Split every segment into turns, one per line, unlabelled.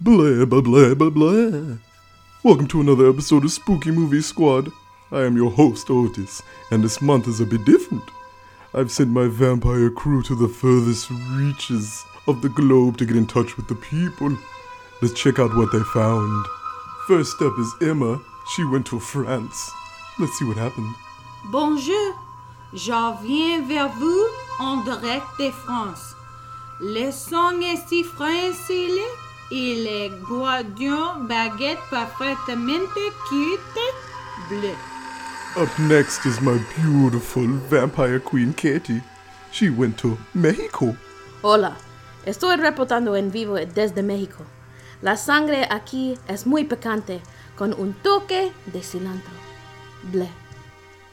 Blah, blah, blah, blah, blah. Welcome to another episode of Spooky Movie Squad. I am your host, Otis, and this month is a bit different. I've sent my vampire crew to the furthest reaches of the globe to get in touch with the people. Let's check out what they found. First up is Emma. She went to France. Let's see what happened.
Bonjour, je viens vers vous en direct de France. Le sang est si francilé et les guardians baguettes parfaitement cuites bleues.
Up next is my beautiful vampire queen, Katie. She went to Mexico.
Hola, estoy reportando en vivo desde México. La sangre aquí es muy picante, con un toque de cilantro. Ble.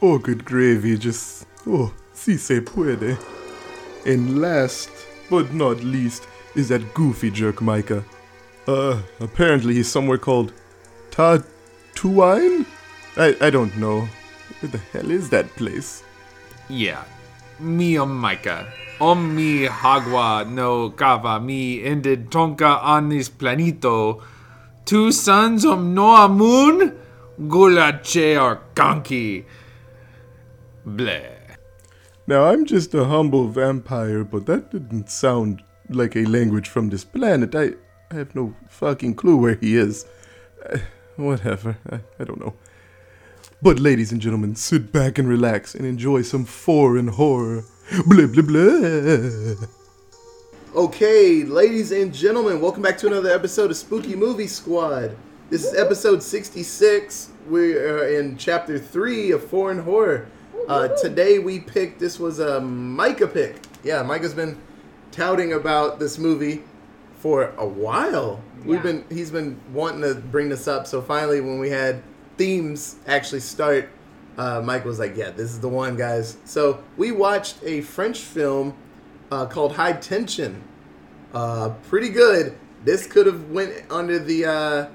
Oh, good gravy, just. Oh, si se puede. And last, but not least, is that goofy jerk Micah. Uh, apparently he's somewhere called Tatooine? I, I don't know. Where the hell is that place?
Yeah. Mi omaika. Om mi hagwa no kava mi ended tonka anis planito. Two sons om noa moon gulache or kanki. Bleh.
Now, I'm just a humble vampire, but that didn't sound like a language from this planet. I, I have no fucking clue where he is. Uh, whatever. I, I don't know. But, ladies and gentlemen, sit back and relax and enjoy some foreign horror. Blah, blah, blah.
Okay, ladies and gentlemen, welcome back to another episode of Spooky Movie Squad. This is episode 66. We are in chapter 3 of Foreign Horror. Uh, today we picked, this was a Micah pick. Yeah, Micah's been touting about this movie for a while. We've been he's been wanting to bring this up, so finally when we had themes actually start, uh, Mike was like, "Yeah, this is the one, guys." So we watched a French film uh, called High Tension. Uh, pretty good. This could have went under the uh,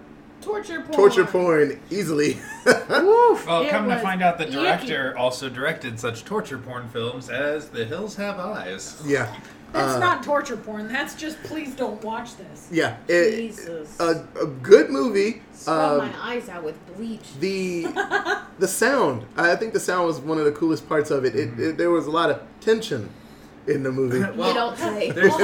Torture porn.
torture porn easily.
Well,
It
come to
was
find out, the director
icky.
also directed such torture porn films as The Hills Have Eyes.
yeah. Uh,
That's not torture porn. That's just please don't watch this.
Yeah, it,
Jesus.
A, a good movie.
Scrub
Um,
my eyes out with bleach.
the the sound. I think the sound was one of the coolest parts of it. It, it there was a lot of tension in the movie.
Well,
you don't say.
there's-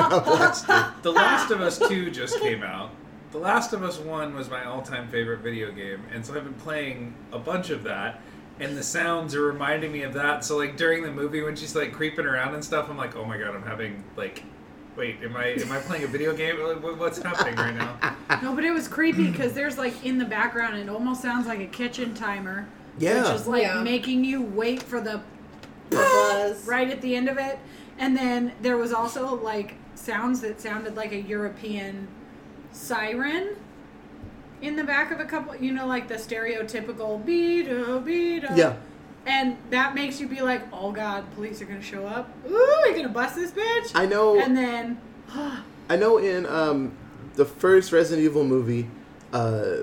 The Last of Us 2 just came out. The Last of Us 1 was my all time favorite video game, and so I've been playing a bunch of that. And the sounds are reminding me of that. So, like during the movie, when she's like creeping around and stuff, I'm like, "Oh my god, I'm having like, wait, am I am I playing a video game? What- What's happening right now?"
No, but it was creepy because there's like in the background, it almost sounds like a kitchen timer.
Yeah.
Which is like
Yeah.
making you wait for the
Buzz.
right at the end of it. And then there was also like sounds that sounded like a European siren in the back of a couple, you know, like the stereotypical beat, beat.
Yeah.
And that makes you be like, oh God, police are going to show up. Ooh, you're going to bust this bitch.
I know.
And then
I know in um, the first Resident Evil movie, uh,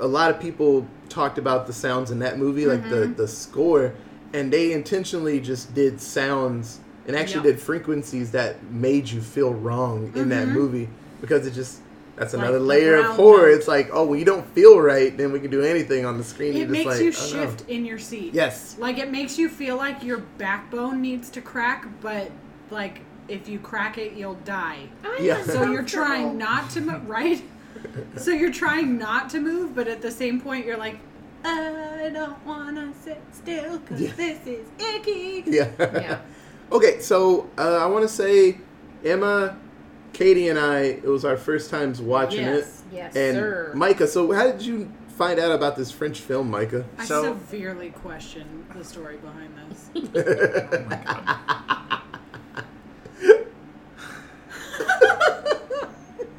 a lot of people talked about the sounds in that movie, like
Mm-hmm.
the, the score, and they intentionally just did sounds and actually
Yep.
did frequencies that made you feel wrong in that movie because it just that's another
Mm-hmm. the
layer of
ground
horror.
up.
It's like, oh, well, you don't feel right, then we can do anything on the screen. You're
It
just
makes
like,
you
oh, no.
shift in your seat.
Yes.
Like it makes you feel like your backbone needs to crack, but like if you crack it, you'll die.
I'm
Yeah.
So you're
uncomfortable.
trying not to move, right? so you're trying not to move, but at the same point, you're like, I don't want to sit still because
Yeah.
this is icky.
Yeah.
Yeah.
Okay, so uh, I want to say Emma, Katie, and I, it was our first times watching
Yes.
it.
Yes,
and
sir.
Micah, so how did you find out about this French film, Micah?
I
So-
severely question the story behind this.
Oh my god.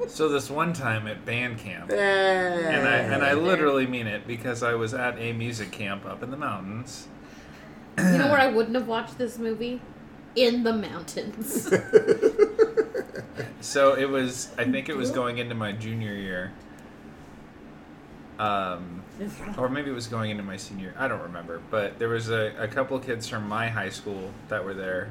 so this one time at band camp, and I and I literally mean it because I was at a music camp up in the mountains.
You know where I wouldn't have watched this movie? In the mountains.
So it was I think it was going into my junior year. Um or maybe it was going into my senior I don't remember, but there was a, a couple kids from my high school that were there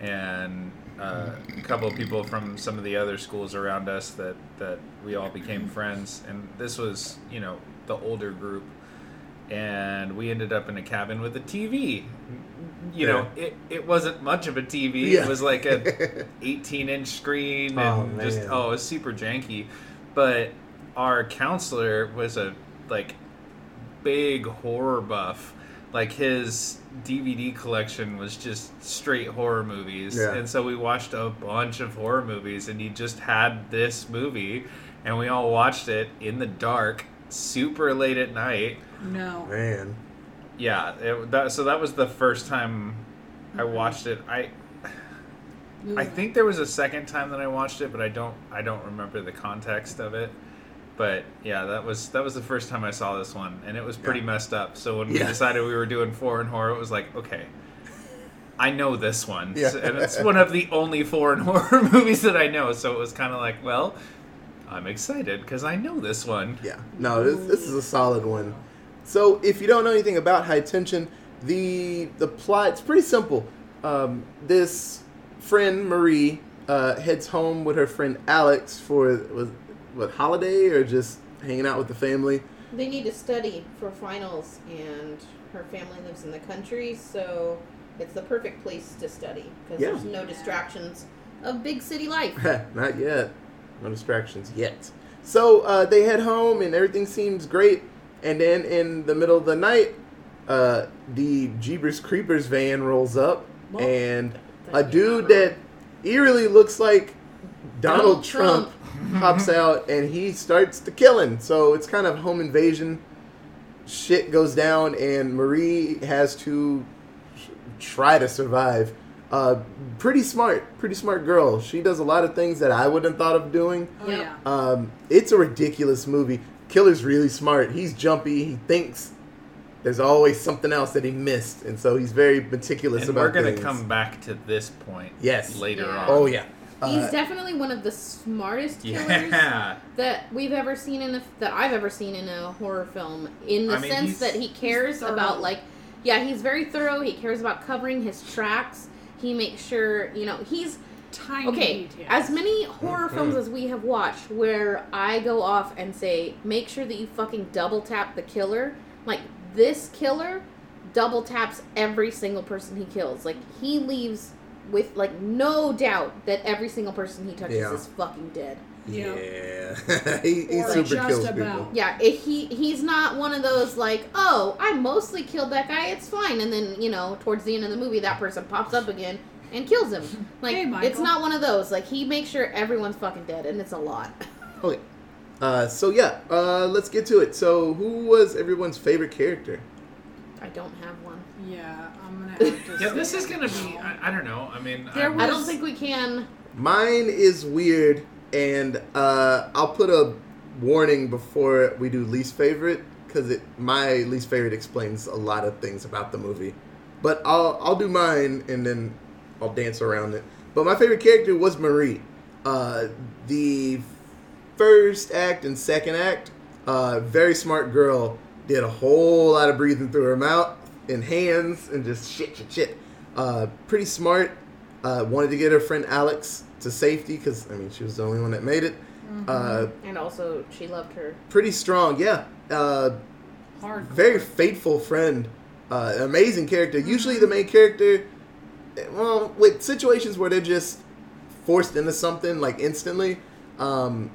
and uh, a couple of people from some of the other schools around us that, that we all became friends. And this was, you know, the older group. And we ended up in a cabin with a TV. You know, it, it wasn't much of a TV.
Yeah.
It was like a 18 inch screen and
Oh,
just,
man.
oh, it was super janky. But our counselor was a, like, big horror buff. Like his DVD collection was just straight horror movies,
Yeah.
and so we watched a bunch of horror movies, and he just had this movie, and we all watched it in the dark, super late at night.
No.
Man.
Yeah, it, that, so that was the first time I watched it. I I think there was a second time that I watched it, but I don't I don't remember the context of it. But yeah, that was that was the first time I saw this one, and it was pretty messed up. So when we
Yeah.
decided we were doing foreign horror, it was like, okay, I know this one,
Yeah.
and it's one of the only foreign horror movies that I know. So it was kind of like, well, I'm excited because I know this one.
Yeah. No, this, this is a solid one. So, if you don't know anything about High Tension, the the plot it's pretty simple. Um, this friend Marie uh, heads home with her friend Alex for was what holiday or just hanging out with the family.
They need to study for finals, and her family lives in the country, so it's the perfect place to study because
Yeah.
there's no distractions of big city life.
Not yet. No distractions yet. So uh, they head home and everything seems great. And then in the middle of the night, uh, the Jeebers Creepers van rolls up and a dude that eerily looks like Donald,
Donald
Trump, pops out and he starts the killing. So it's kind of home invasion. Shit goes down and Marie has to try to survive. Uh, pretty smart, pretty smart girl. She does a lot of things that I wouldn't have thought of doing.
Oh, yeah.
Um, it's a ridiculous movie. Killer's really smart. He's jumpy. He thinks there's always something else that he missed, and so he's very meticulous
And
about
we're gonna
things.
come back to this point.
Yes.
later
Yeah.
on.
Oh yeah.
He's
Uh,
definitely one of the smartest killers
yeah.
that we've ever seen in a, that I've ever seen in a horror film. In the
I mean,
sense
he's-
that he cares
thorough.
about like, yeah, he's very thorough. He cares about covering his tracks. He makes sure you know he's
Tiny
okay.
details.
As many horror films as we have watched, where I go off and say, make sure that you fucking double tap the killer. Like this killer, double taps every single person he kills. Like he leaves with like no doubt that every single person he touches
Yeah.
is fucking dead.
Yeah.
yeah. he, he
Or
super
just
kills
about.
people.
Yeah, it, he he's not one of those like, oh, I mostly killed that guy. It's fine. And then you know, towards the end of the movie, that person pops up again and kills him. Like
Hey, Michael.
it's not one of those. Like he makes sure everyone's fucking dead, and it's a lot.
Okay. Uh, so yeah, uh, let's get to it. So who was everyone's favorite character?
I don't have one.
Yeah, I'm gonna have to.
Yeah,
say
this is
it
gonna be.
now.
I, I don't know. I mean,
There
I'm-
I don't think we can.
Mine is weird, and uh, I'll put a warning before we do least favorite because it my least favorite explains a lot of things about the movie. But I'll I'll do mine and then I'll dance around it. But my favorite character was Marie. Uh, the first act and second act, uh, very smart girl did a whole lot of breathing through her mouth and hands and just shit, shit, shit. Uh, pretty smart. Uh, wanted to get her friend Alex to safety because I mean she was the only one that made it. Uh,
And also, she loved her.
pretty strong, yeah. Uh,
Hard.
very faithful friend, uh, amazing character. Usually the main character, well, with situations where they're just forced into something like instantly, um,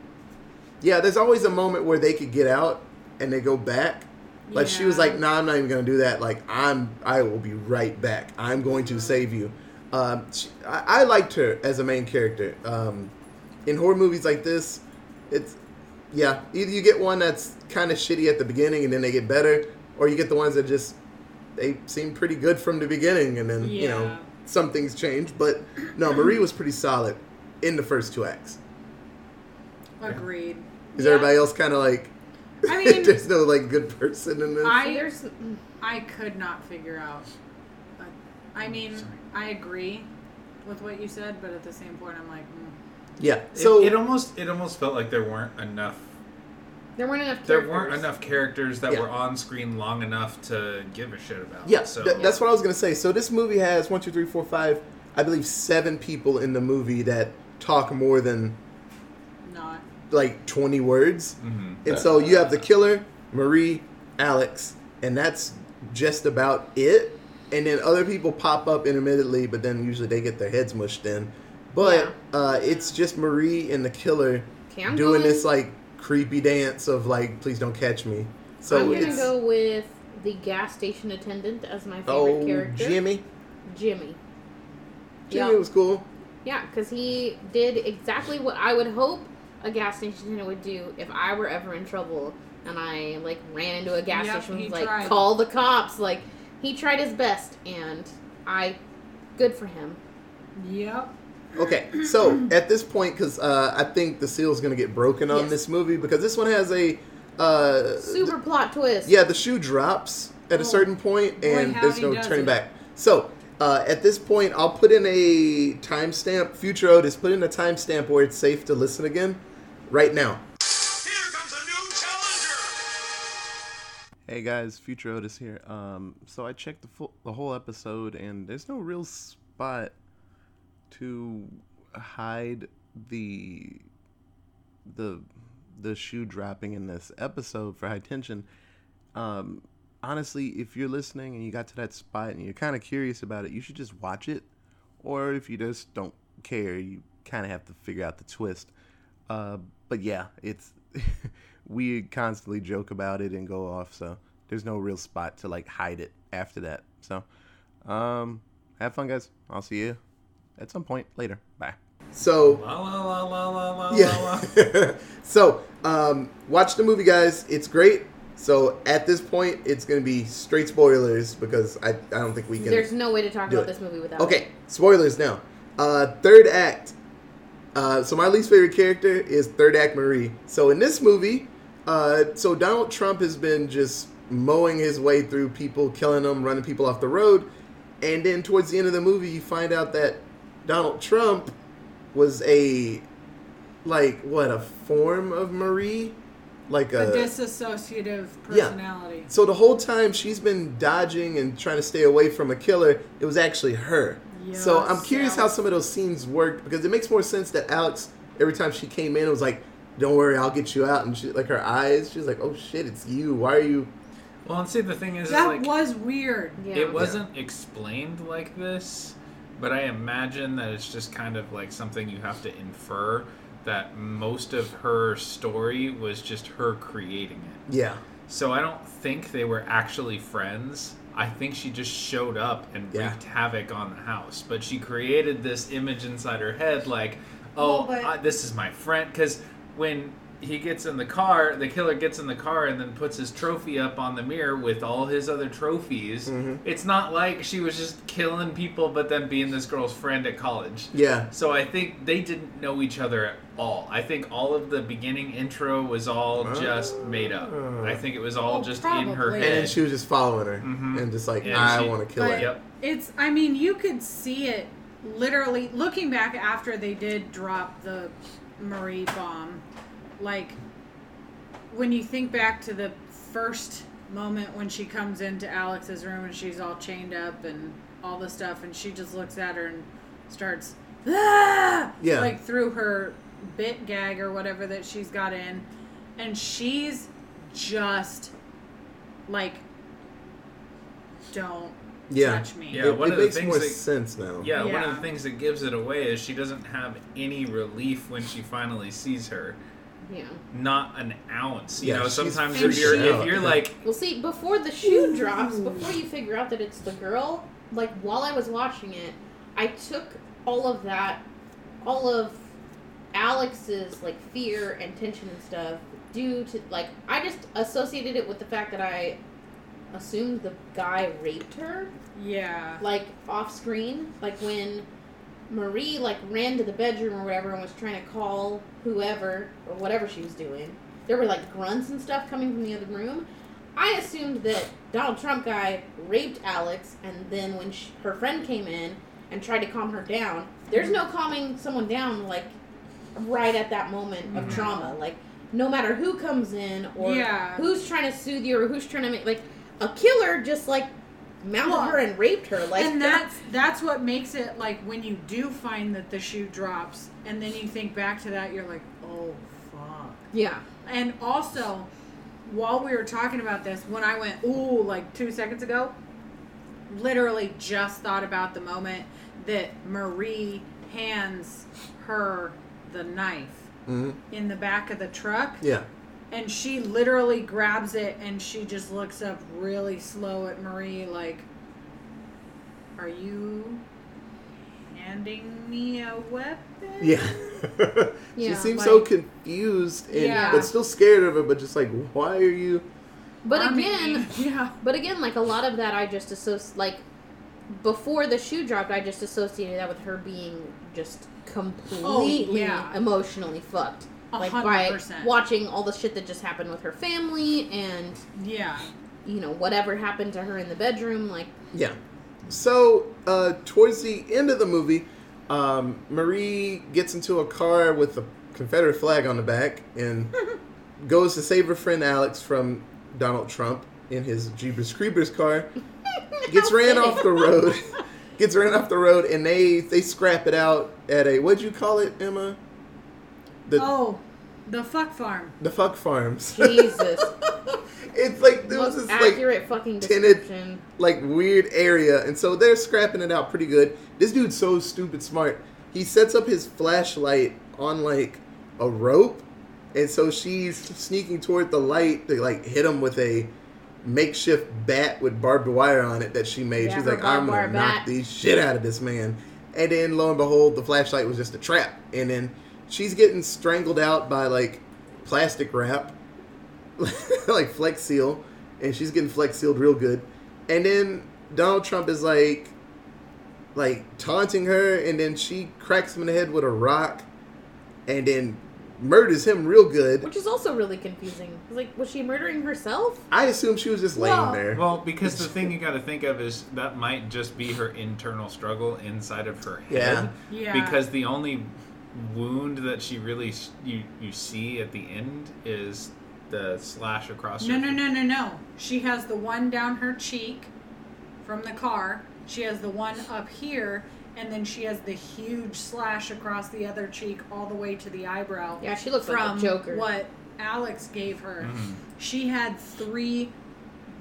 yeah, there's always a moment where they could get out and they go back. But she was
Yeah.
like, "Nah, I'm not even gonna do that. Like, I'm, I will be right back. I'm going to save you." Um, she, I, I liked her as a main character. Um, in horror movies like this, it's yeah, either you get one that's kind of shitty at the beginning and then they get better, or you get the ones that just they seem pretty good from the beginning and then you know
Yeah.
some things change. But no, Marie was pretty solid in the first two acts.
Agreed.
Is
Yeah.
everybody else kind of like?
I mean-
there's no like good person in this.
I
There's
I could not figure out. but- I mean, I agree with what you said, but at the same point, I'm like, mm.
yeah.
It,
So
it almost it almost felt like there weren't enough
there weren't enough.
there
characters.
weren't enough characters that
Yeah.
were on screen long enough to give a shit about.
yeah,
so
tha- that's what I was gonna say. So this movie has one, two, three, four, five, I believe, seven people in the movie that talk more than
Not.
like 20 words.
Mhm.
And so you have the killer, Marie, Alex, and that's just about it. And then other people pop up intermittently, but then usually they get their heads mushed in. But uh, it's just Marie and the killer
Okay, I'm
doing
going-
this like creepy dance of like, please don't catch me. So
I'm gonna
it's
go with the gas station attendant as my favorite
oh
character.
Jimmy,
Jimmy.
Jimmy
Yeah.
was cool.
Yeah, because he did exactly what I would hope a gas station attendant would do if I were ever in trouble and I like ran into a gas
Yep,
station and
he
was like
tried.
call the cops. Like he tried his best, and I, good for him.
Yep.
Okay, so at this point, because uh, I think the seal's gonna get broken on
Yes.
this movie because this one has a uh,
Super plot twist.
Yeah, the shoe drops at
Oh.
a certain point,
Boy,
and there's
howdy
no
does
turning
it.
back. So, uh, at this point, I'll put in a timestamp. Future Otis, put in a timestamp where it's safe to listen again, right now.
Here comes a new challenger!
Hey guys, Future Otis here. Um, so I checked the full, the whole episode, and there's no real spot to hide the the the shoe dropping in this episode for high tension. Um, honestly, if you're listening and you got to that spot and you're kind of curious about it, you should just watch it. Or if you just don't care, you kind of have to figure out the twist. Uh, but yeah, it's we constantly joke about it and go off, so there's no real spot to like hide it after that. So, um, have fun, guys. I'll see you at some point later. Bye. So
La la la la la la la la.
yeah. so, um, watch the movie, guys. It's great. So at this point, it's gonna be straight spoilers because I, I don't think we can.
There's no way to talk
do
about
it.
this movie without.
Okay, spoilers now. Uh, third act. Uh, so my least favorite character is third act Marie. So in this movie, uh, so Donald Trump has been just mowing his way through people, killing them, running people off the road, and then towards the end of the movie, you find out that Donald Trump was a like what a form of Marie, like
The
a
disassociative
Uh, yeah.
personality.
so the whole time she's been dodging and trying to stay away from a killer, it was actually her. so I'm
Yes,
curious how
Alex.
some of those scenes worked because it makes more sense that Alex, every time she came in, it was like, "Don't worry, I'll get you out." And she, like her eyes, she's like, "Oh shit, it's you. Why are you?"
Well, and see, the thing is, is
That
like,
was weird.
Yeah.
it wasn't explained like this, but I imagine that it's just kind of like something you have to infer that most of her story was just her creating it.
Yeah,
So I don't think they were actually friends. I think she just showed up and
Yeah.
wreaked havoc on the house. But she created this image inside her head, like, oh,
Well, but-
I- this is my friend. Because when he gets in the car, the killer gets in the car and then puts his trophy up on the mirror with all his other trophies. It's not like she was just killing people, but then being this girl's friend at college.
yeah,
So I think they didn't know each other at all. I think all of the beginning intro was all just made up. I think it was all
Oh,
just in her
probably.
and then
head.
she was just following her
Mhm.
and just like,
And
"I
she-
want to kill
But
her."
Yep.
it's, I mean, you could see it literally looking back after they did drop the Marie bomb. Like, when you think back to the first moment when she comes into Alex's room and she's all chained up and all the stuff, and she just looks at her and starts, ah!
Yeah.
Like, through her bit gag or whatever that she's got in. And she's just like, don't
Yeah.
touch me.
Yeah,
It,
one
it
of the
makes
things
more
that-
sense now.
Yeah, one
Yeah.
of the things that gives it away is she doesn't have any relief when she finally sees her.
Yeah.
Not an ounce. You
Yeah,
know,
she's
sometimes
freaked
if you're
out.
if you're like
Well, see, before the shoe drops, before you figure out that it's the girl, like while I was watching it, I took all of that, all of Alex's like fear and tension and stuff due to like I just associated it with the fact that I assumed the guy raped her
Yeah.
like off screen, like when Marie like ran to the bedroom or whatever and was trying to call whoever or whatever she was doing. There were like grunts and stuff coming from the other room. I assumed that Donald Trump guy raped Alex, and then when sh her friend came in and tried to calm her down, there's no calming someone down like right at that moment
Mm-hmm.
of trauma. Like no matter who comes in or
Yeah.
who's trying to soothe you or who's trying to make like a killer just like mounted
Well,
her and raped her. Like
and that's that's what makes it like when you do find that the shoe drops, and then you think back to that, you're like, oh fuck.
yeah,
And also, while we were talking about this, when I went, ooh, like two seconds ago, literally just thought about the moment that Marie hands her the knife
Mhm.
in the back of the truck.
Yeah.
And she literally grabs it and she just looks up really slow at Marie, like, Are you handing me a weapon?
Yeah. she
Yeah,
seems so
like-
confused and
Yeah.
but still scared of it, but just like, why are you?
but
I mean,
again,
yeah.
but again, like a lot of that, I just associate like before the shoe dropped, I just associated that with her being just completely
Oh, yeah.
emotionally fucked.
A
Like
hundred
by
percent.
watching all the shit that just happened with her family and
Yeah.
you know whatever happened to her in the bedroom. Like
Yeah. So uh, towards the end of the movie, um, Marie gets into a car with a Confederate flag on the back and goes to save her friend Alex from Donald Trump in his Jeepers Creepers car. Gets ran off the road. Gets ran off the road, and they they scrap it out at a what'd you call it, Emma? The
Oh, the fuck farm.
the fuck farms.
Jesus,
It's like there was
most
this like
accurate fucking
tinted-
description.
like weird area, and so they're scrapping it out pretty good. This dude's so stupid smart. He sets up his flashlight on like a rope, and so she's sneaking toward the light to like hit him with a makeshift bat with barbed wire on it that she made.
Yeah,
she's
her
like,
barbed
I'm gonna
wire
knock
bat.
the shit out of this man. And then lo and behold, the flashlight was just a trap. And then she's getting strangled out by like plastic wrap like Flex Seal, and she's getting Flex Sealed real good. And then Donald Trump is like, like taunting her, and then she cracks him in the head with a rock, and then murders him real good.
Which is also really confusing. It's Like, was she murdering herself?
I assume she was just laying
Well-
there.
Well, because the thing you got to think of is that might just be her internal struggle inside of her head.
Yeah. Yeah.
Because the only wound that she really s- you you see at the end is the slash across.
No,
her
no, no, no, no. She has the one down her cheek from the car. She has the one up here, and then she has the huge slash across the other cheek, all the way to the eyebrow.
Yeah, she looks
from
like a Joker.
what Alex gave her. She had three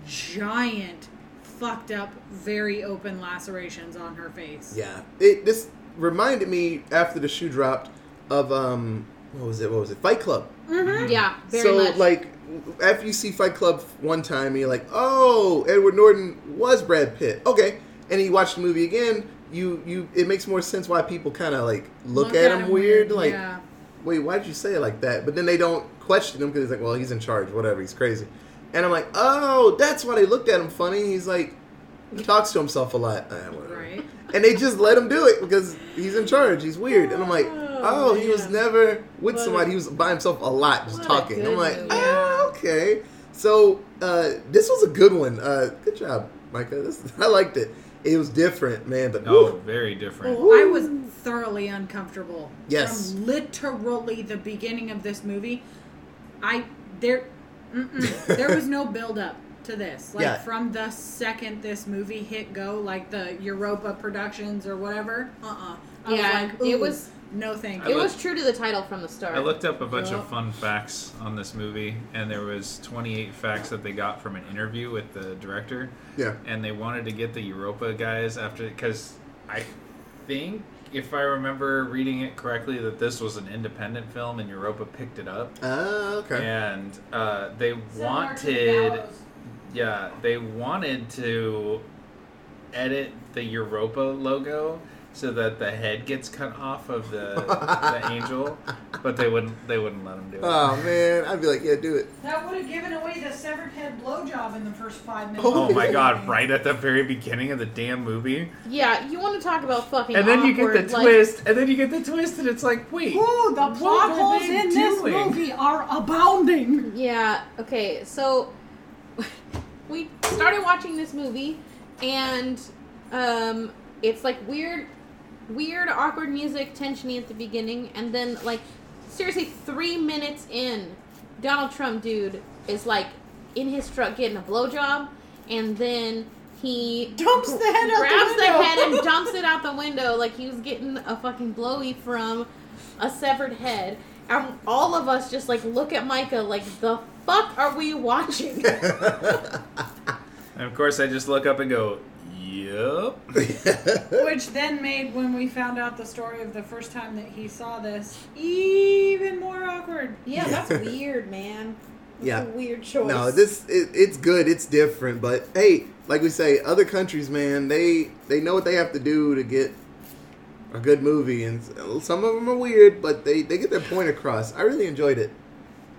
giant, fucked up, very open lacerations on her face.
Yeah. It this reminded me after the shoe dropped of um what was it? What was it? Fight Club.
Yeah, very
so
much.
like after you see Fight Club one time, you're like, oh, Edward Norton was Brad Pitt. Okay, and you watch the movie again. You you it makes more sense why people kind of like look, at, him weird. Like,
yeah.
wait, why did you say it like that? But then they don't question him because he's like, well, he's in charge, whatever, he's crazy. And I'm like, oh, that's why they looked at him funny. He's like, he talks to himself a lot. Ah, whatever.
Right.
And they just let him do it because he's in charge. He's weird. And I'm like, oh, he was
man.
never with
What a-
somebody. He was by himself a lot, just
What a
talking.
good
I'm like,
movie.
oh, okay. So uh, this was a good one. Uh, good job, Micah. This, I liked it. It was different, man. But
Oh,
woo.
very different.
Oh, I was thoroughly uncomfortable.
Yes.
From literally the beginning of this movie, I there, mm-mm, there was no build up to this. Like
Yeah.
from the second this movie hit go, like the Europa Productions or whatever. Uh uh I
Yeah,
was like,
it
"Ooh,
was-
no thank
I
it
you.
look-
was true to the title from the start.
I looked up a bunch
Yeah.
of fun facts on this movie, and there was 28 facts that they got from an interview with the director.
Yeah.
And they wanted to get the Europa guys after because I think, if I remember reading it correctly, that this was an independent film and Europa picked it up,
Oh, okay.
and uh, they wanted, yeah, they wanted to edit the Europa logo so that the head gets cut off of the, the angel, but they wouldn't they wouldn't let him do it.
Oh man, I'd be like, yeah, do it.
That would have given away the severed head blowjob in the first five minutes.
Oh my god, right at the very beginning of the damn movie.
Yeah, you want to talk about fucking
And then you get the
awkward, like-
twist, and then you get the twist, and it's like, wait.
Ooh, the
What
plot
were
holes
they
in this
doing?
movie are abounding.
Yeah, okay, so we started watching this movie and um it's like weird weird awkward music tensiony at the beginning and then like seriously three minutes in, Donald Trump dude is like in his truck getting a blowjob and then he
Dumps the head out the
grabs the,
window.
head and dumps it out the window like he was getting a fucking blowy from a severed head. And all of us just like look at Micah like the fuck are we watching?
And of course, I just look up and go, "Yup."
Which then made when we found out the story of the first time that he saw this even more awkward.
yeah, that's weird, man. That's
Yeah.
a weird choice.
No, this it, it's good. It's different, but hey, like we say, other countries, man, they they know what they have to do to get a good movie, and some of them are weird, but they they get their point across. I really enjoyed it.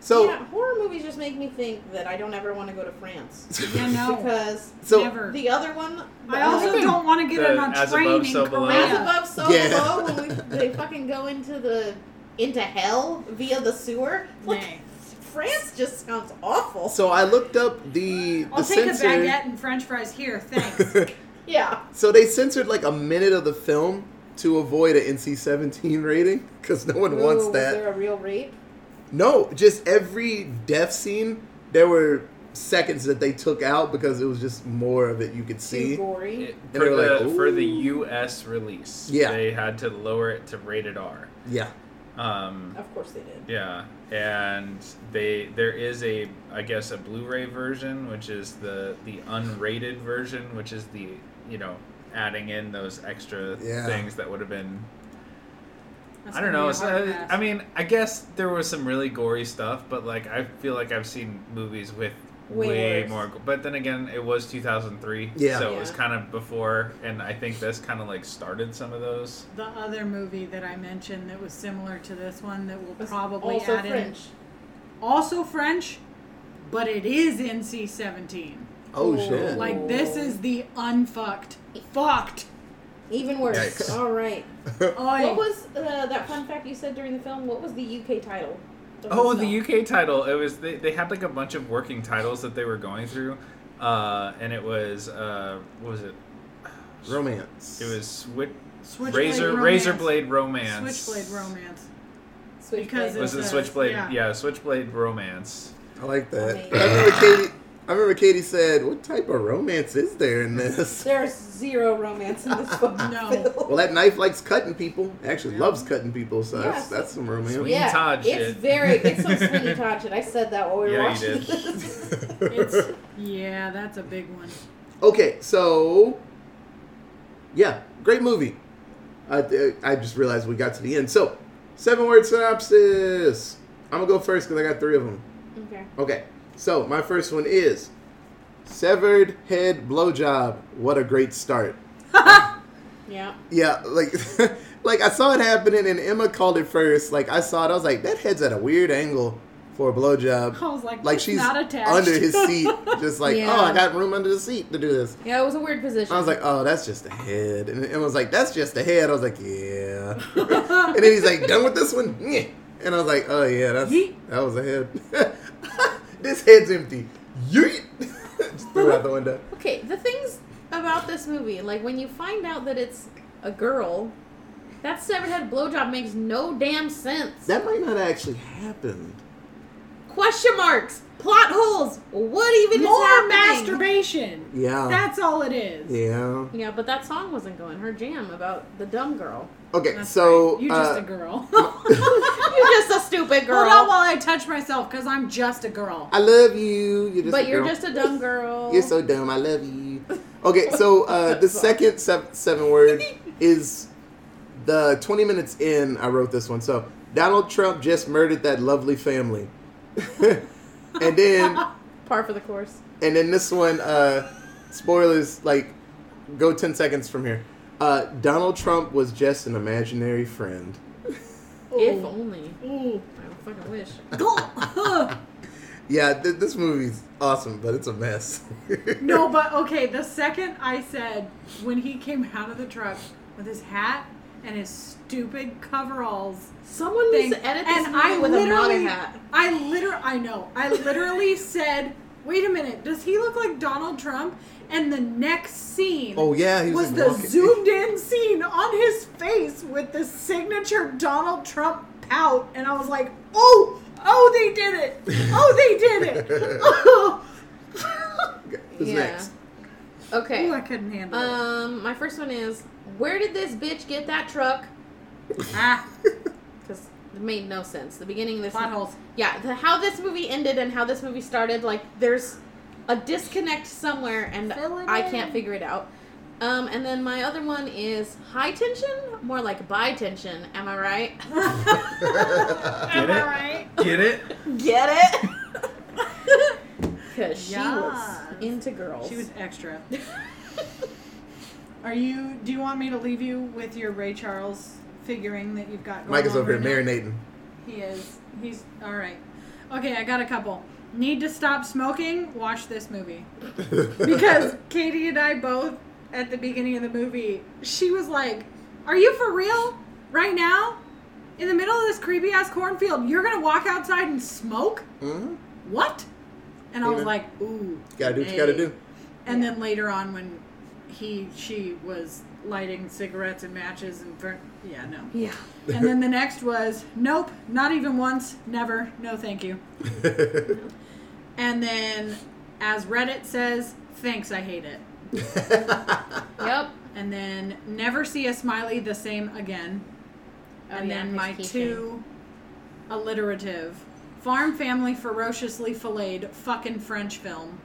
So
yeah, horror movies just make me think that I don't ever want to go to France
Yeah, no.
because
So-
Never.
the other one.
I also don't want to get
The
on a
as
train
above,
in
so below.
Korea.
As above, so
Yeah.
below. When we, they fucking go into the into hell via the sewer. Like,
Nay.
France just sounds awful.
so I looked up the the
I'll take
censor.
a baguette and French fries here, thanks.
Yeah,
So they censored like a minute of the film to avoid an NC-17 rating because no one wants
Ooh,
that.
Was there a real rape?
No, just every death scene, there were seconds that they took out because it was just more of it you could
Too
see.
gory.
It-
they
for
were
the
like,
for the
"Ooh."
U.S. release,
Yeah.
they had to lower it to rated R.
Yeah.
Um,
of course they did.
yeah, and they there is a I guess a Blu-ray version, which is the the unrated version, which is the you know adding in those extra
Yeah.
things that would have been
That's
I don't
gonna be
know.
a
so-
hard pass.
I mean, I guess there was some really gory stuff, but like I feel like I've seen movies with way,
Way worse.
more. go- But then again, it was 2003,
Yeah.
so it was
Yeah.
kind of before, and I think this kind of like started some of those.
the other movie that I mentioned that was similar to this one that will
Was
probably
also
add
French.
in also French, but it is NC seventeen.
Oh shit.
Like this is the unfucked, fucked.
Even worse.
Yikes.
All right.
Oy.
What was uh, that fun fact you said during the film? What was the UK title?
Oh, the UK title. It was they, they had like a bunch of working titles that they were going through, uh, and it was uh, what was it?
Romance.
It was Swi-
Switchblade
Razor
romance.
Razor Blade Romance.
Switchblade romance.
Switchblade.
because it
Was it
Says,
Switchblade?
yeah.
yeah, Switchblade Romance.
I like that.
Amazing.
I remember Katie I remember Katie said, What type of romance is there in this?
There's zero romance in this book.
No.
Well that knife likes cutting people. It Actually loves cutting people, so that's
Yes.
that's some romance.
Sweet.
Yeah,
Todd
it's
shit.
very it's some Sweeney Todd shit. I said that while we were
Yeah, you
watching
did.
this.
It's yeah, that's a big one.
Okay, so yeah, great movie. I, I just realized we got to the end. So, seven word synopsis. I'm gonna go first because I got three of them.
Okay.
Okay, so my first one is severed head blowjob. What a great start.
Yeah.
Yeah, like like I saw it happening and Emma called it first. Like I saw it, I was like, that head's at a weird angle for a blowjob.
I was like,
Like
"It's
she's
not attached."
under his seat, just like,
Yeah.
oh, I got room under the seat to do this.
Yeah, it was a weird position.
I was like, oh, that's just a head. And it was like, that's just a head. I was like, yeah. and then he's like, done with this one? Yeah. And I was like, oh, yeah, that's,
Yeet.
that was a head. this head's empty. Yeet. just threw it out the window.
okay, the things about this movie, like when you find out that it's a girl, that severed head blowjob makes no damn sense.
That might not have actually happened.
Question marks, plot holes. What even is
more
happening?
masturbation.
Yeah.
That's all it is.
yeah.
yeah, but that song wasn't going. Her jam about the dumb girl.
Okay,
That's
so.
right. you're just
uh,
a girl.
You're just a stupid girl.
Hold on while I touch myself because I'm just a girl.
I love you. You're just
but
a
you're
girl.
just a dumb girl.
You're so dumb. I love you. Okay, so uh, the second sev- seven word is the 20 minutes in. I wrote this one. So Donald Trump just murdered that lovely family, and then
par for the course.
and then this one. Uh, spoilers. Like, go 10 seconds from here. Uh, Donald Trump was just an imaginary friend.
If only.
Ooh.
I fucking wish.
Yeah, th- this movie's awesome, but it's a mess.
No, but okay, the second I said when he came out of the truck with his hat and his stupid coveralls
Someone
thing,
needs to edit this
and
movie
I
with a MAGA
literally,
hat.
I literally, I know, I literally said, "Wait a minute, does he look like Donald Trump?" And the next scene,
Oh, yeah, he was
was the
walking-
zoomed in scene on his face with the signature Donald Trump pout, and I was like, "Oh, oh, they did it! Oh, they did it!"
Who's
Yeah.
next?
Okay.
Ooh, I couldn't handle it.
Um, my first one is where did this bitch get that truck?
Ah,
Because it made no sense. The beginning of this
plot holes.
yeah, the, how this movie ended and how this movie started, like there's a disconnect somewhere, and
Fill it
I
in.
can't figure it out. Um, and then my other one is high tension, more like bi tension. Am I right?
Get it?
right.
Get it?
Get it? Because she
Yes.
was into girls.
She was extra. Are you? Do you want me to leave you with your Ray Charles figuring that you've got? going
Mike is
on
over
right now?
here marinating.
He is. He's all right. Okay, I got a couple. Need to stop smoking. Watch this movie because Katie and I both at the beginning of the movie, she was like, "Are you for real? Right now, in the middle of this creepy ass cornfield, you're gonna walk outside and smoke?
Mhm.
What?" And I was
Amen.
like, "Ooh,
Gotta do what you gotta do.
and then later on, when he she was lighting cigarettes and matches and burn, yeah no
yeah.
and then the next was nope not even once never no thank you and then as reddit says thanks i hate it
Yep.
and then never see a smiley the same again and
Oh, yeah,
then
his
my
key
two alliterative farm family ferociously filleted fucking french film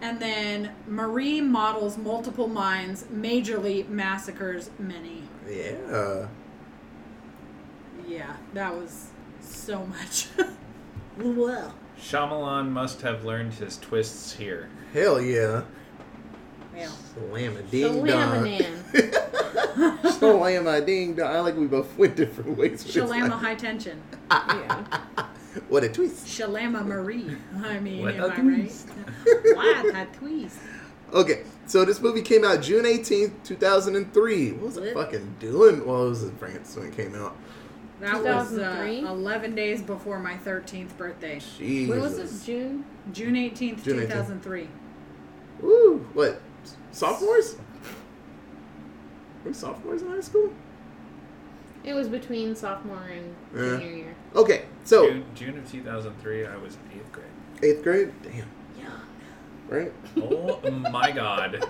and then marie models multiple minds majorly massacres many
yeah.
yeah that was so much
Shyamalan must have learned his twists here.
Hell yeah.
yeah
Slam a ding dong.
Shalamanan.
Slam a ding dong. I like we both went different ways. with this
shalama
one.
high tension
yeah.
What a twist.
shalama marie i mean
What
am
a
i right what a twist
Okay, so this movie came out June 18th, 2003. What was I
What?
fucking doing? Well, it was in France when it came out.
That was uh,
2003?
11 days before my 13th birthday.
Jesus.
When was this? June?
June 18th,
June 18th.
2003.
Ooh, what? Sophomores? Were we sophomores in high school?
It was between sophomore and
Yeah.
junior year.
Okay, so
June, June of 2003, I was in eighth grade.
eighth grade? Damn,
Yeah.
right?
Oh my god.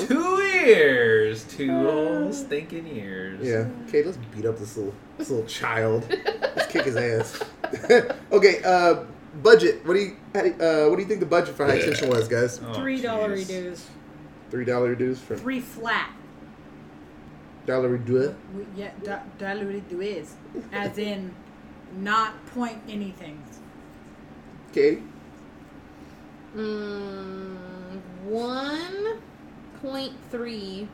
Two years! Two
Uh.
old stinking years.
Yeah. Okay, let's beat up this little this little child. Let's kick his ass. okay, uh, budget. What do you how do you- uh, what do you think the budget for high tension was, guys?
Oh,
Three dollar
jeez.
redos.
Three dollar dues for
Three flat.
dollar redo.
We- Yeah, da- dollar redos. As in, not point anything.
Katie?
Mm, 1.3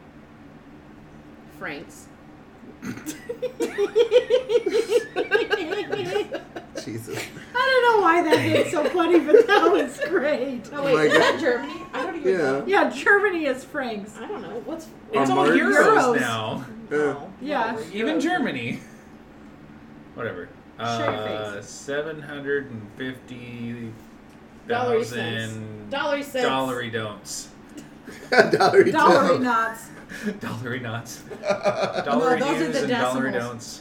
francs.
Jesus.
I don't know why that is so funny, but that was great.
Oh,
my
wait, is
God.
that Germany? I don't even
Yeah.
know.
Yeah, Germany is francs.
I don't know. What's.
Um,
It's all
March?
euros
Euros.
now.
Uh,
Yeah.
Even Germany. Whatever.
Show your
Uh, seven hundred and fifty
Dollary cents.
thousand
Dollary cents.
dollary don'ts,
dollar redo.
Dollar knots.
dollary knots,
Dollar
dollary
those are
do's
the
and dollary
decimals.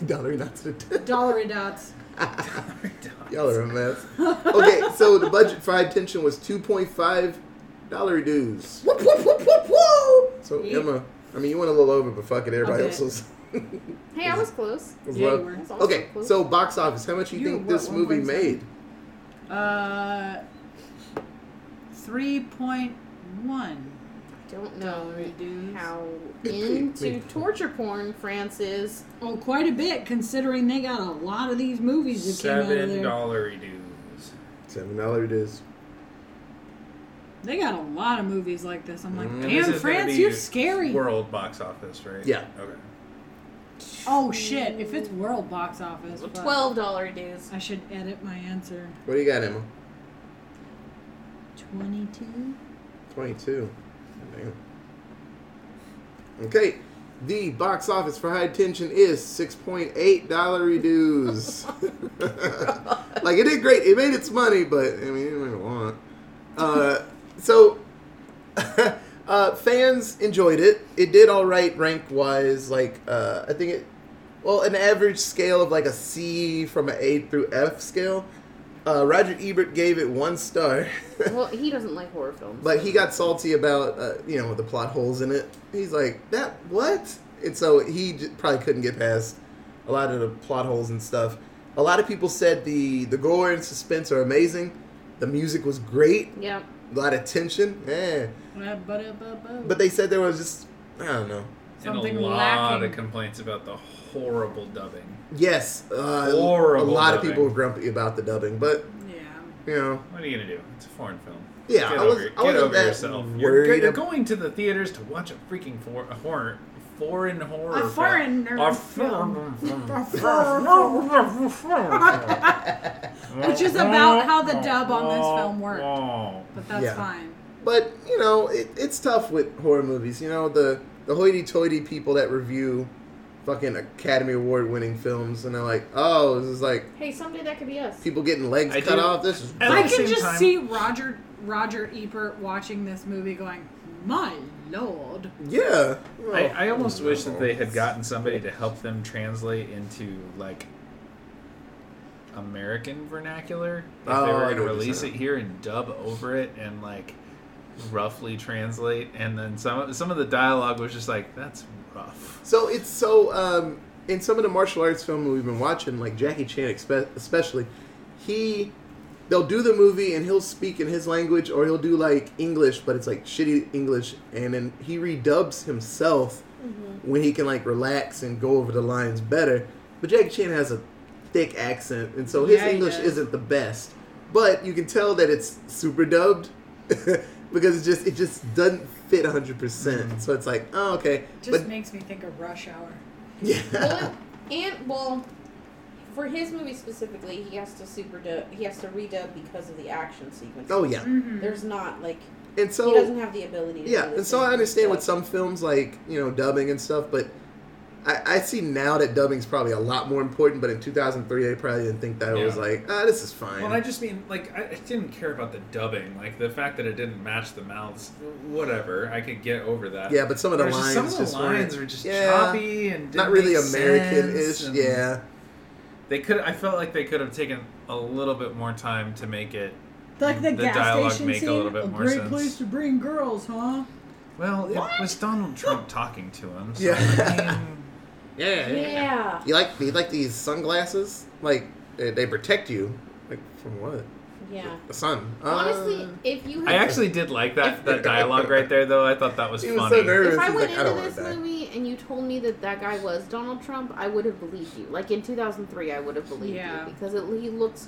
not to
Dollar knots.
Dollary don'ts.
Y'all are a mess. Okay, so the budget for high tension was two point five dollar dues.
Whoop, whoop, whoop, whoop, whoop.
So
Yeah.
Emma, I mean you went a little over, but fuck it, everybody
A
else was,
Hey, I was close.
was
Yeah, you
low.
were.
I was also
Okay,
close.
so box office, how much you,
You
think
were
this
one
movie
point
made?
seven. Uh, 3.1.
don't know
Reduce.
how into torture porn France is.
Oh, quite a bit considering they got a lot of these movies that came out of
Seven
there.
dollary dues.
Seven dollar dues.
They got a lot of movies like this. I'm like,
Mm.
And this
damn,
is gonna
France,
be
you're scary.
World box office, right?
Yeah.
Okay.
Oh shit! If it's world box office, fuck.
Twelve dollar dues.
I should edit my answer.
What do you got, Emma?
Twenty-two.
Twenty two. Damn. Okay. The box office for high tension is six point eight dollar dues. like it did great. It made its money, but I mean it made a lot. Uh, so uh, fans enjoyed it. It did all right rank wise. Like uh, I think it, well, an average scale of like a C from an A through F scale. Uh, Roger Ebert gave it one star,
Well, he doesn't like horror films.
but he got salty about uh, you know the plot holes in it. He's like that what? And so he j- probably couldn't get past a lot of the plot holes and stuff. A lot of people said the the gore and suspense are amazing. The music was great.
yeah.
A lot of tension. Yeah.
But
But they said there was just I don't know.
something
and a lot
lacking.
of complaints about the horrible dubbing.
Yes, uh, a
Horrible
lot of
dubbing.
people were grumpy about the dubbing, but
yeah.
you know,
What are you gonna do? It's a foreign film.
Yeah,
get
I was-
over, it.
I
get
wasn't
over
that
yourself. You're,
worried
you're
ab-
going to the theaters to watch a freaking for, a horror, foreign horror,
A
film.
foreigner
a
film.
film,
Which is about how the dub on this film worked. But that's
Yeah.
fine.
but you know, it, it's tough with horror movies. You know, the the hoity-toity people that review fucking Academy Award-winning films, and they're like, oh, this is like
Hey, someday that could be us.
people getting legs
I
cut
do-
off. This is
I
I
like-
like,
the
can
same
just
time-
see Roger Roger Ebert watching this movie going, My lord.
yeah.
I,
Oh.
I almost wish that they had gotten somebody to help them translate into like American vernacular. If they
Oh, I
were
know
gonna
what you're
release
saying.
it here and dub over it and like roughly translate, and then some some of the dialogue was just like that's rough.
So it's so um, in some of the martial arts films we've been watching, like Jackie Chan expe- especially, he they'll do the movie and he'll speak in his language or he'll do like English, but it's like shitty English, and then he redubs himself
Mm-hmm.
when he can like relax and go over the lines better. But Jackie Chan has a thick accent, and so his
Yeah, he
English
does.
isn't the best, but you can tell that it's super dubbed. because it just it just doesn't fit 100% so it's like oh okay
Mm-hmm. Just
but
makes me think of rush hour.
yeah.
Well, and well, for his movie specifically, he has to super dub, he has to redub because of the action sequence.
Oh yeah.
There's not like
And
Mm. he doesn't
so
have the ability. To
yeah,
do the
and so
same
I understand with
stuff.
some films like you know dubbing and stuff, but I, I see now that dubbing's probably a lot more important. But in 2003, they probably didn't think that it was
Yeah.
like ah, this is fine.
Well, I just mean like I, I didn't care about the dubbing, like the fact that it didn't match the mouths. Whatever, I could get over that.
yeah, but some of the
Whereas
lines
just some of the
just weren't-
lines are just
yeah,
choppy and didn't
not really
make
American-ish.
sense, and-
Yeah,
They could. I felt like they could have taken a little bit more time to make it.
Like the,
The
gas
dialogue
station
make a
scene.
little bit more
great
sense.
place to bring girls, huh?
Well, it was Donald Trump talking to him. So
Yeah.
I mean,
yeah,
Yeah.
You like you like these sunglasses? Like they, they protect you, like from what?
Yeah.
The sun. Uh,
Honestly, if you
I
had
actually did like that that dialogue right there, though. I thought that was
he
funny.
was so nervous.
If I
He's
went
like, I
into
don't want
this
to die.
movie and you told me that that guy was Donald Trump, I would have believed you. Like in 2003, I would have believed
Yeah.
you because it, he looks,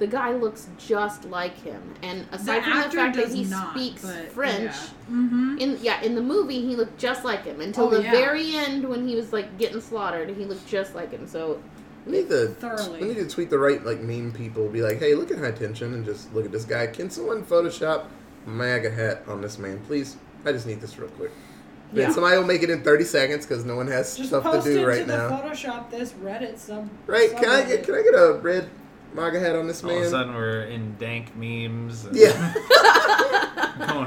the guy looks just like him. And aside from the
actor
fact that
does
he
not,
speaks
but,
French,
yeah. Mhm.
in yeah, in the movie he looked just like him until
Oh,
the
yeah.
very end when he was like getting slaughtered. He looked just like him. So
We need to
Thoroughly.
we need to tweet the right like meme people. Be like, hey, look at high tension and just look at this guy. Can someone Photoshop MAGA hat on this man, please? I just need this real quick.
Yeah.
Then somebody will make it in 30 seconds because no one has
Just
stuff to
post
do
into
right
the
now.
Photoshop this Reddit sub.
right? Can I
subreddit.
get can I get a red MAGA hat on this
All of a
man?
sudden, we're in dank memes. And
yeah,
going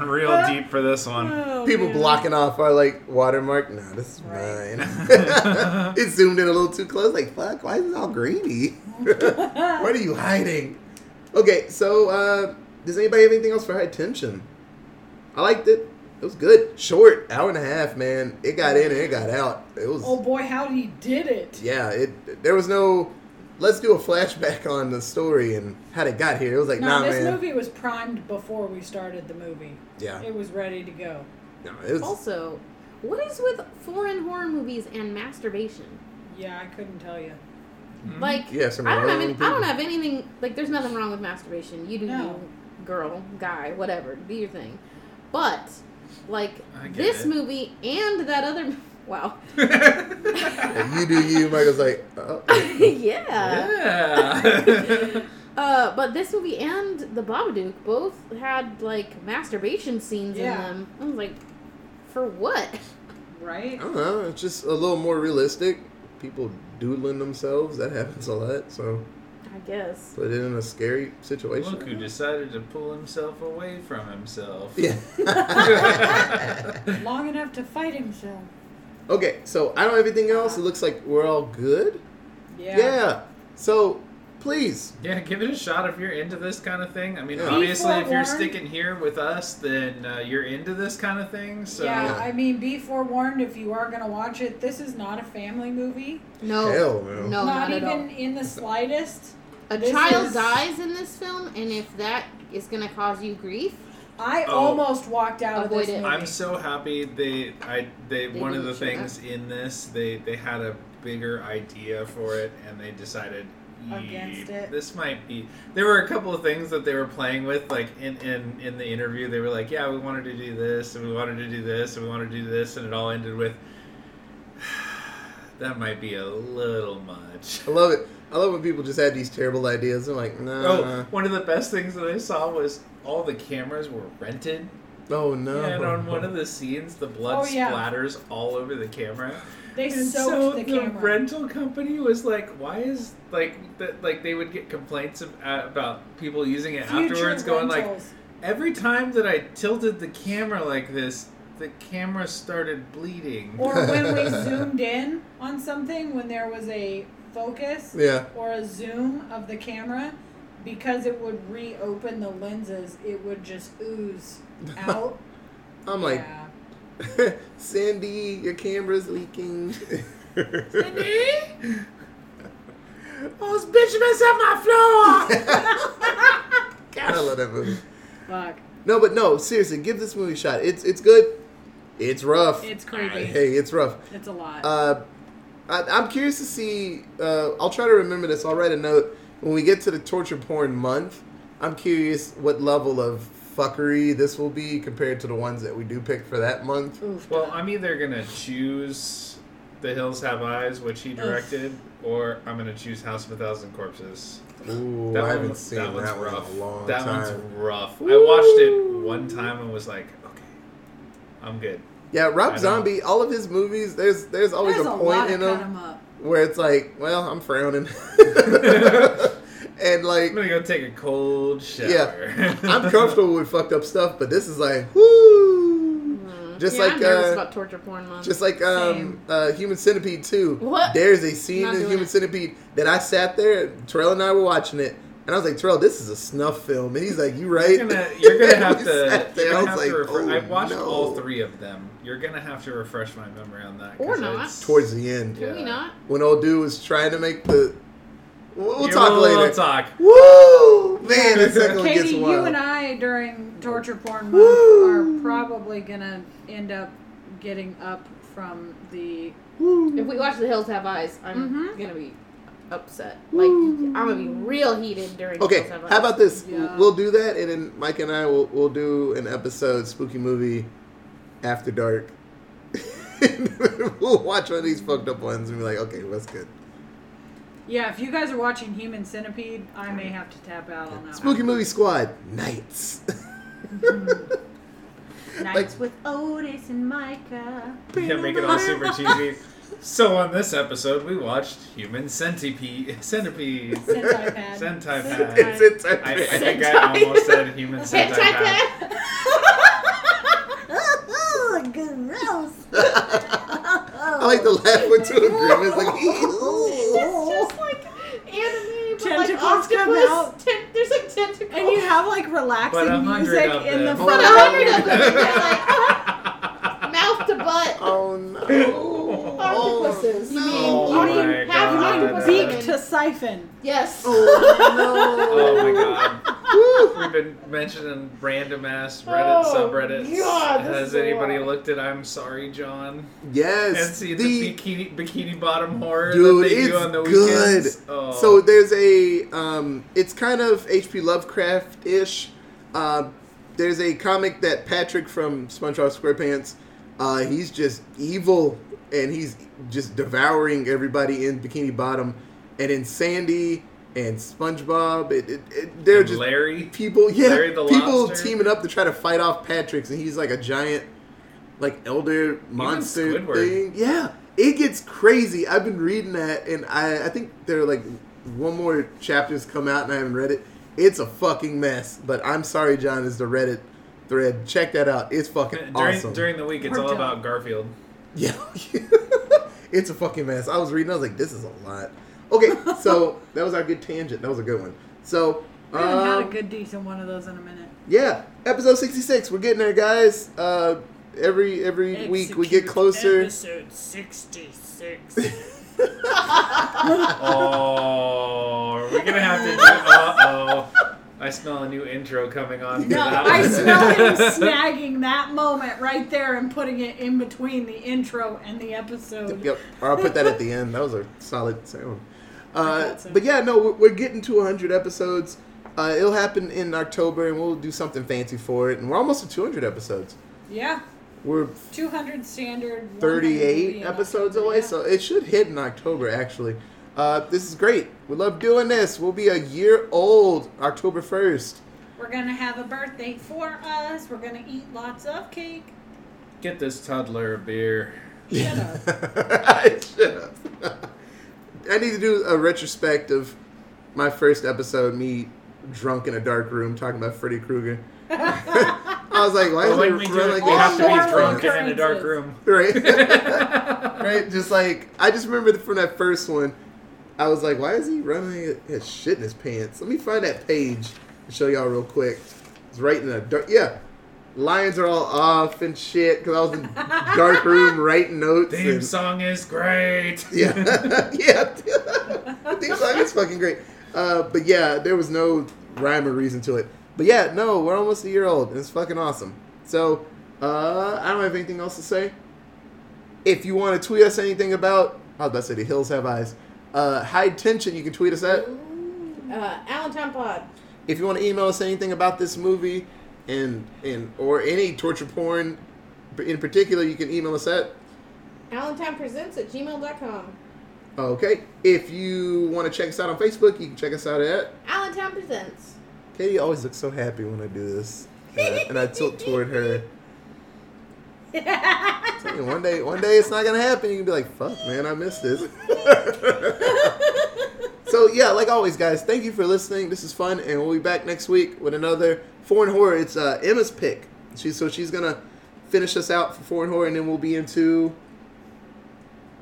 real deep for this one.
Oh,
people
man.
blocking off our like watermark. Nah, this is
Right.
mine. it zoomed in a little too close. Like, fuck, why is it all grainy? what are you hiding? Okay, so uh, does anybody have anything else for high tension? I liked it. It was good. Short, hour and a half, man. It got in and it got out. It was
Oh boy, how he did it!
yeah. It there was no. Let's do a flashback on the story and how they got here. It was like,
No,
nah,
this
man.
movie was primed before we started the movie.
Yeah.
It was ready to go.
No, it was,
also, what is with foreign horror movies and masturbation?
Yeah, I couldn't tell you.
Like
Yeah, some
I don't have
wrong
any, I don't
people.
have anything like there's nothing wrong with masturbation. You do
No.
you, girl, guy, whatever, do your thing. But like
I get
this
it.
movie and that other wow.
you do you. Michael's like, oh,
yeah.
Yeah.
Uh but this movie and The Babadook both had like masturbation scenes
Yeah.
in them. I was like for what?
I
Right?
don't know. It's just a little more realistic. People doodling themselves. That happens a lot. So
I guess.
put it in a scary situation.
Look who decided to pull himself away from himself.
Yeah.
Long enough to fight himself.
okay, so I don't have anything else. It looks like we're all good.
Yeah.
Yeah. So Please.
Yeah, give it a shot if you're into this kind of thing. I mean,
Yeah. Be
obviously, if you're
forewarned.
sticking here with us, then uh, you're into this kind of thing. So
yeah,
Yeah.
I mean, be forewarned if you are going to watch it. This is not a family movie.
No,
Oh,
Hell no.
no, not,
not,
at
even
all.
in the slightest.
A
this
child
is-
dies in this film, and if that is going to cause you grief,
I
Oh.
almost walked out of
Avoid
this
it.
movie.
I'm so happy they I they,
They
one of the
didn't show
things in this they they had a bigger idea for it and they decided "Yee,
Against it.
This might be. There were a couple of things that they were playing with, like in, in in the interview, they were like, "Yeah, we wanted to do this, and we wanted to do this, and we wanted to do this," and it all ended with, "That might be a little much."
I love it. I love when people just had these terrible ideas. I'm like, nah.
Oh, one of the best things that I saw was all the cameras were rented.
Oh, no.
And on one of the scenes, the blood
Oh, yeah.
splatters all over the camera.
they
And
soaked
so
the
the,
camera.
rental company was like, "Why is like that? Like they would get complaints of, uh, about people using it
Future
afterwards, going like,
rentals.
every time that I tilted the camera like this, the camera started bleeding."
or when we zoomed in on something when there was a focus
Yeah.
or a zoom of the camera because it would reopen the lenses it would just ooze out
I'm like,
yeah.
Sandy, your camera's leaking.
I was bitching myself my floor.
God, I love that movie.
fuck
No, but no, seriously, give this movie a shot. It's it's good. It's rough.
It's creepy.
Hey, it's rough.
it's a lot
Uh, I, I'm curious to see. Uh, I'll try to remember this. I'll write a note when we get to the torture porn month. I'm curious what level of fuckery this will be compared to the ones that we do pick for that month.
Well, I'm either gonna choose The Hills Have Eyes, which he directed, or I'm gonna choose House of a Thousand Corpses.
Ooh,
That
I haven't
one-
seen
that
that,
one's
one
rough.
in a long
that
time.
one's rough. I watched it one time and was like, okay, I'm good.
yeah,
I
Rob
know.
Zombie. All of his movies, there's there's always
there's
a
a,
point
lot
in
of cut 'em
them
up
where it's like, well, I'm frowning, and like
I'm gonna go take a cold shower.
Yeah. I'm comfortable with fucked up stuff, but this is like, whoo, just
yeah,
like
I'm nervous
uh,
about torture porn month.
Just like um,
Same.
uh, Human Centipede 2.
What?
There's a scene
Not
in
doing
Human
it.
Centipede that I sat there, Terrell and I were watching it, and I was like, Terrell, this is a snuff film. And he's like, You right?
You're gonna, you're gonna
And
have
we
to.
sat there.
You're
I
gonna
was
have
like,
to refresh.
"Oh,
I've watched
no."
all three of them. You're gonna have to refresh my memory on that. 'cause
Or not.
it's-
Towards the end,
Can we
Yeah.
not?
when old dude was trying to make the. We'll, we'll
Yeah,
talk
we'll-
later.
We'll talk.
Woo! Man, that second one
katie
gets
you
wild.
and i during torture porn month
Woo.
are probably gonna end up getting up from the
If we watch The Hills Have Eyes, I'm
Mhm.
gonna be upset. Like I'm gonna be real heated during.
Okay,
Hills Have Eyes.
how about this?
Yeah.
We'll do that, and then Mike and I will will do an episode spooky movie after dark. we'll watch one of these fucked up ones and be like, okay, that's good.
yeah if you guys are watching human centipede i may have to tap out on that
Spooky movie squad nights.
one. nights
like-
with otis and micah
Yeah, make it all super cheesy. So on this episode, we watched Human Centipede. Centipede.
Sentai pad.
Sentai
Sentai.
pad.
it's it's
I, I think I almost said Human Sentai pad.
I like the laugh with two agreements. Like, "Ew."
Just like anime, but like
Tentacles
octopus.
come out.
Ten- there's like tentacles.
And you have like relaxing
But a hundred
music
of
in the
them.
But
front.
a hundred of them. and They're like "Ah, mouth to butt.
oh no!
Octopuses.
Oh,
you mean
my
half
God.
octopus
Beak
women.
to siphon.
Yes.
Oh
Oh
my god. We've been mentioning random ass Reddit
Oh,
subreddits.
God, this
Has
is a
anybody
lot.
looked at I'm Sorry John?
no!
And
Yes,
see
the
the, bikini bikini bottom horror
Dude,
that they
it's
do on the
good.
weekends. Oh.
So there's a, um, it's kind of H.P. Lovecraft ish. Uh, there's a comic that Patrick from SpongeBob SquarePants, uh, he's just evil and he's just devouring everybody in Bikini Bottom, and in Sandy and SpongeBob, it, it, it, they're
And
just
Larry.
people, yeah,
Larry the
people
Lobster.
teaming up to try to fight off Patrick's, and he's like a giant, like elder monster
Squidward.
thing. Yeah, it gets crazy. I've been reading that, and I I think there are like one more chapters come out, and I haven't read it. It's a fucking mess. But I'm sorry, John is the Reddit thread. Check that out. It's fucking
During
awesome.
during the week it's
We're
all
done.
about Garfield.
yeah, it's a fucking mess. I was reading. I was like, this is a lot. Okay, so that was our good tangent. That was a good one. So,
We haven't had a
um,
good decent one of those in a minute.
yeah, episode sixty-six. We're getting there, guys. Uh, every every week we get closer.
Episode 66.
Oh, are we gonna have to do? Uh oh. I smell a new intro coming on. for
No,
that
I
one.
smell him snagging that moment right there and putting it in between the intro and the episode.
Yep, or I'll put that at the end. That was a solid sound. Uh,
thought so.
but yeah, no, we're, we're getting to 100 episodes. Uh, it'll happen in October, and we'll do something fancy for it. And we're almost at 200 episodes.
Yeah,
We're
200 standard. 100 would be
38
in
episodes
October,
away,
yeah.
so it should hit in October, actually. Uh, this is great. We love doing this. We'll be a year old October 1st.
We're gonna have a birthday for us. We're gonna eat lots of cake.
Get this toddler a beer.
Shut up.
Shut up. I need to do a retrospect of my first episode, me drunk in a dark room talking about Freddy Krueger. I was like, why
Well,
is
when
it
we do
run
it,
like
we have to
All
be
moral
drunk and in a dark
occurrences.
room.
Right? right? Just like, I just remember from that first one, I was like, why is he running his shit in his pants? Let me find that page and show y'all real quick. It's right in the dark. Yeah. Lions are all off and shit because I was in dark room writing notes.
Theme
and-
song is great.
Yeah, yeah. the theme song is fucking great. Uh, but yeah, there was no rhyme or reason to it. But yeah, no, we're almost a year old, and it's fucking awesome. So uh, I don't have anything else to say. If you want to tweet us anything about, I was about to say the hills have eyes. Uh, high tension, you can tweet us at.
Uh, Allentown Pod.
If you want to email us anything about this movie, and and or any torture porn in particular, you can email us at
Allentown Presents at gmail.com.
Okay. If you want to check us out on Facebook, you can check us out at.
Allentown Presents.
Katie always looks so happy when I do this, uh, and I tilt toward her. Tell you, one day, one day it's not gonna happen. You can be like, "Fuck, man, I missed this." so yeah, like always, guys, thank you for listening. This is fun, and we'll be back next week with another foreign horror. It's uh, Emma's pick. She so she's gonna finish us out for foreign horror, and then we'll be into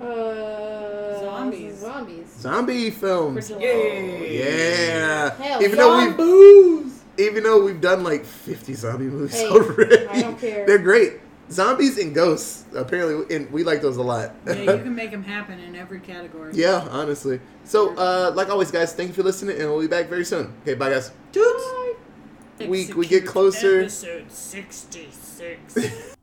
Uh,
Zombies.
Zombies.
zombie films.
Yay!
Yeah.
Hell,
even though we
zombies.
even though we've done like 50 zombie movies
Hey,
already.
I don't care.
They're great. Zombies and ghosts, apparently, and we like those a lot.
Yeah, you can make them happen in every category.
yeah, honestly. So, uh, like always, guys, thank you for listening, and we'll be back very soon. Okay, bye, guys.
Toots.
We, we get closer.
Episode 66.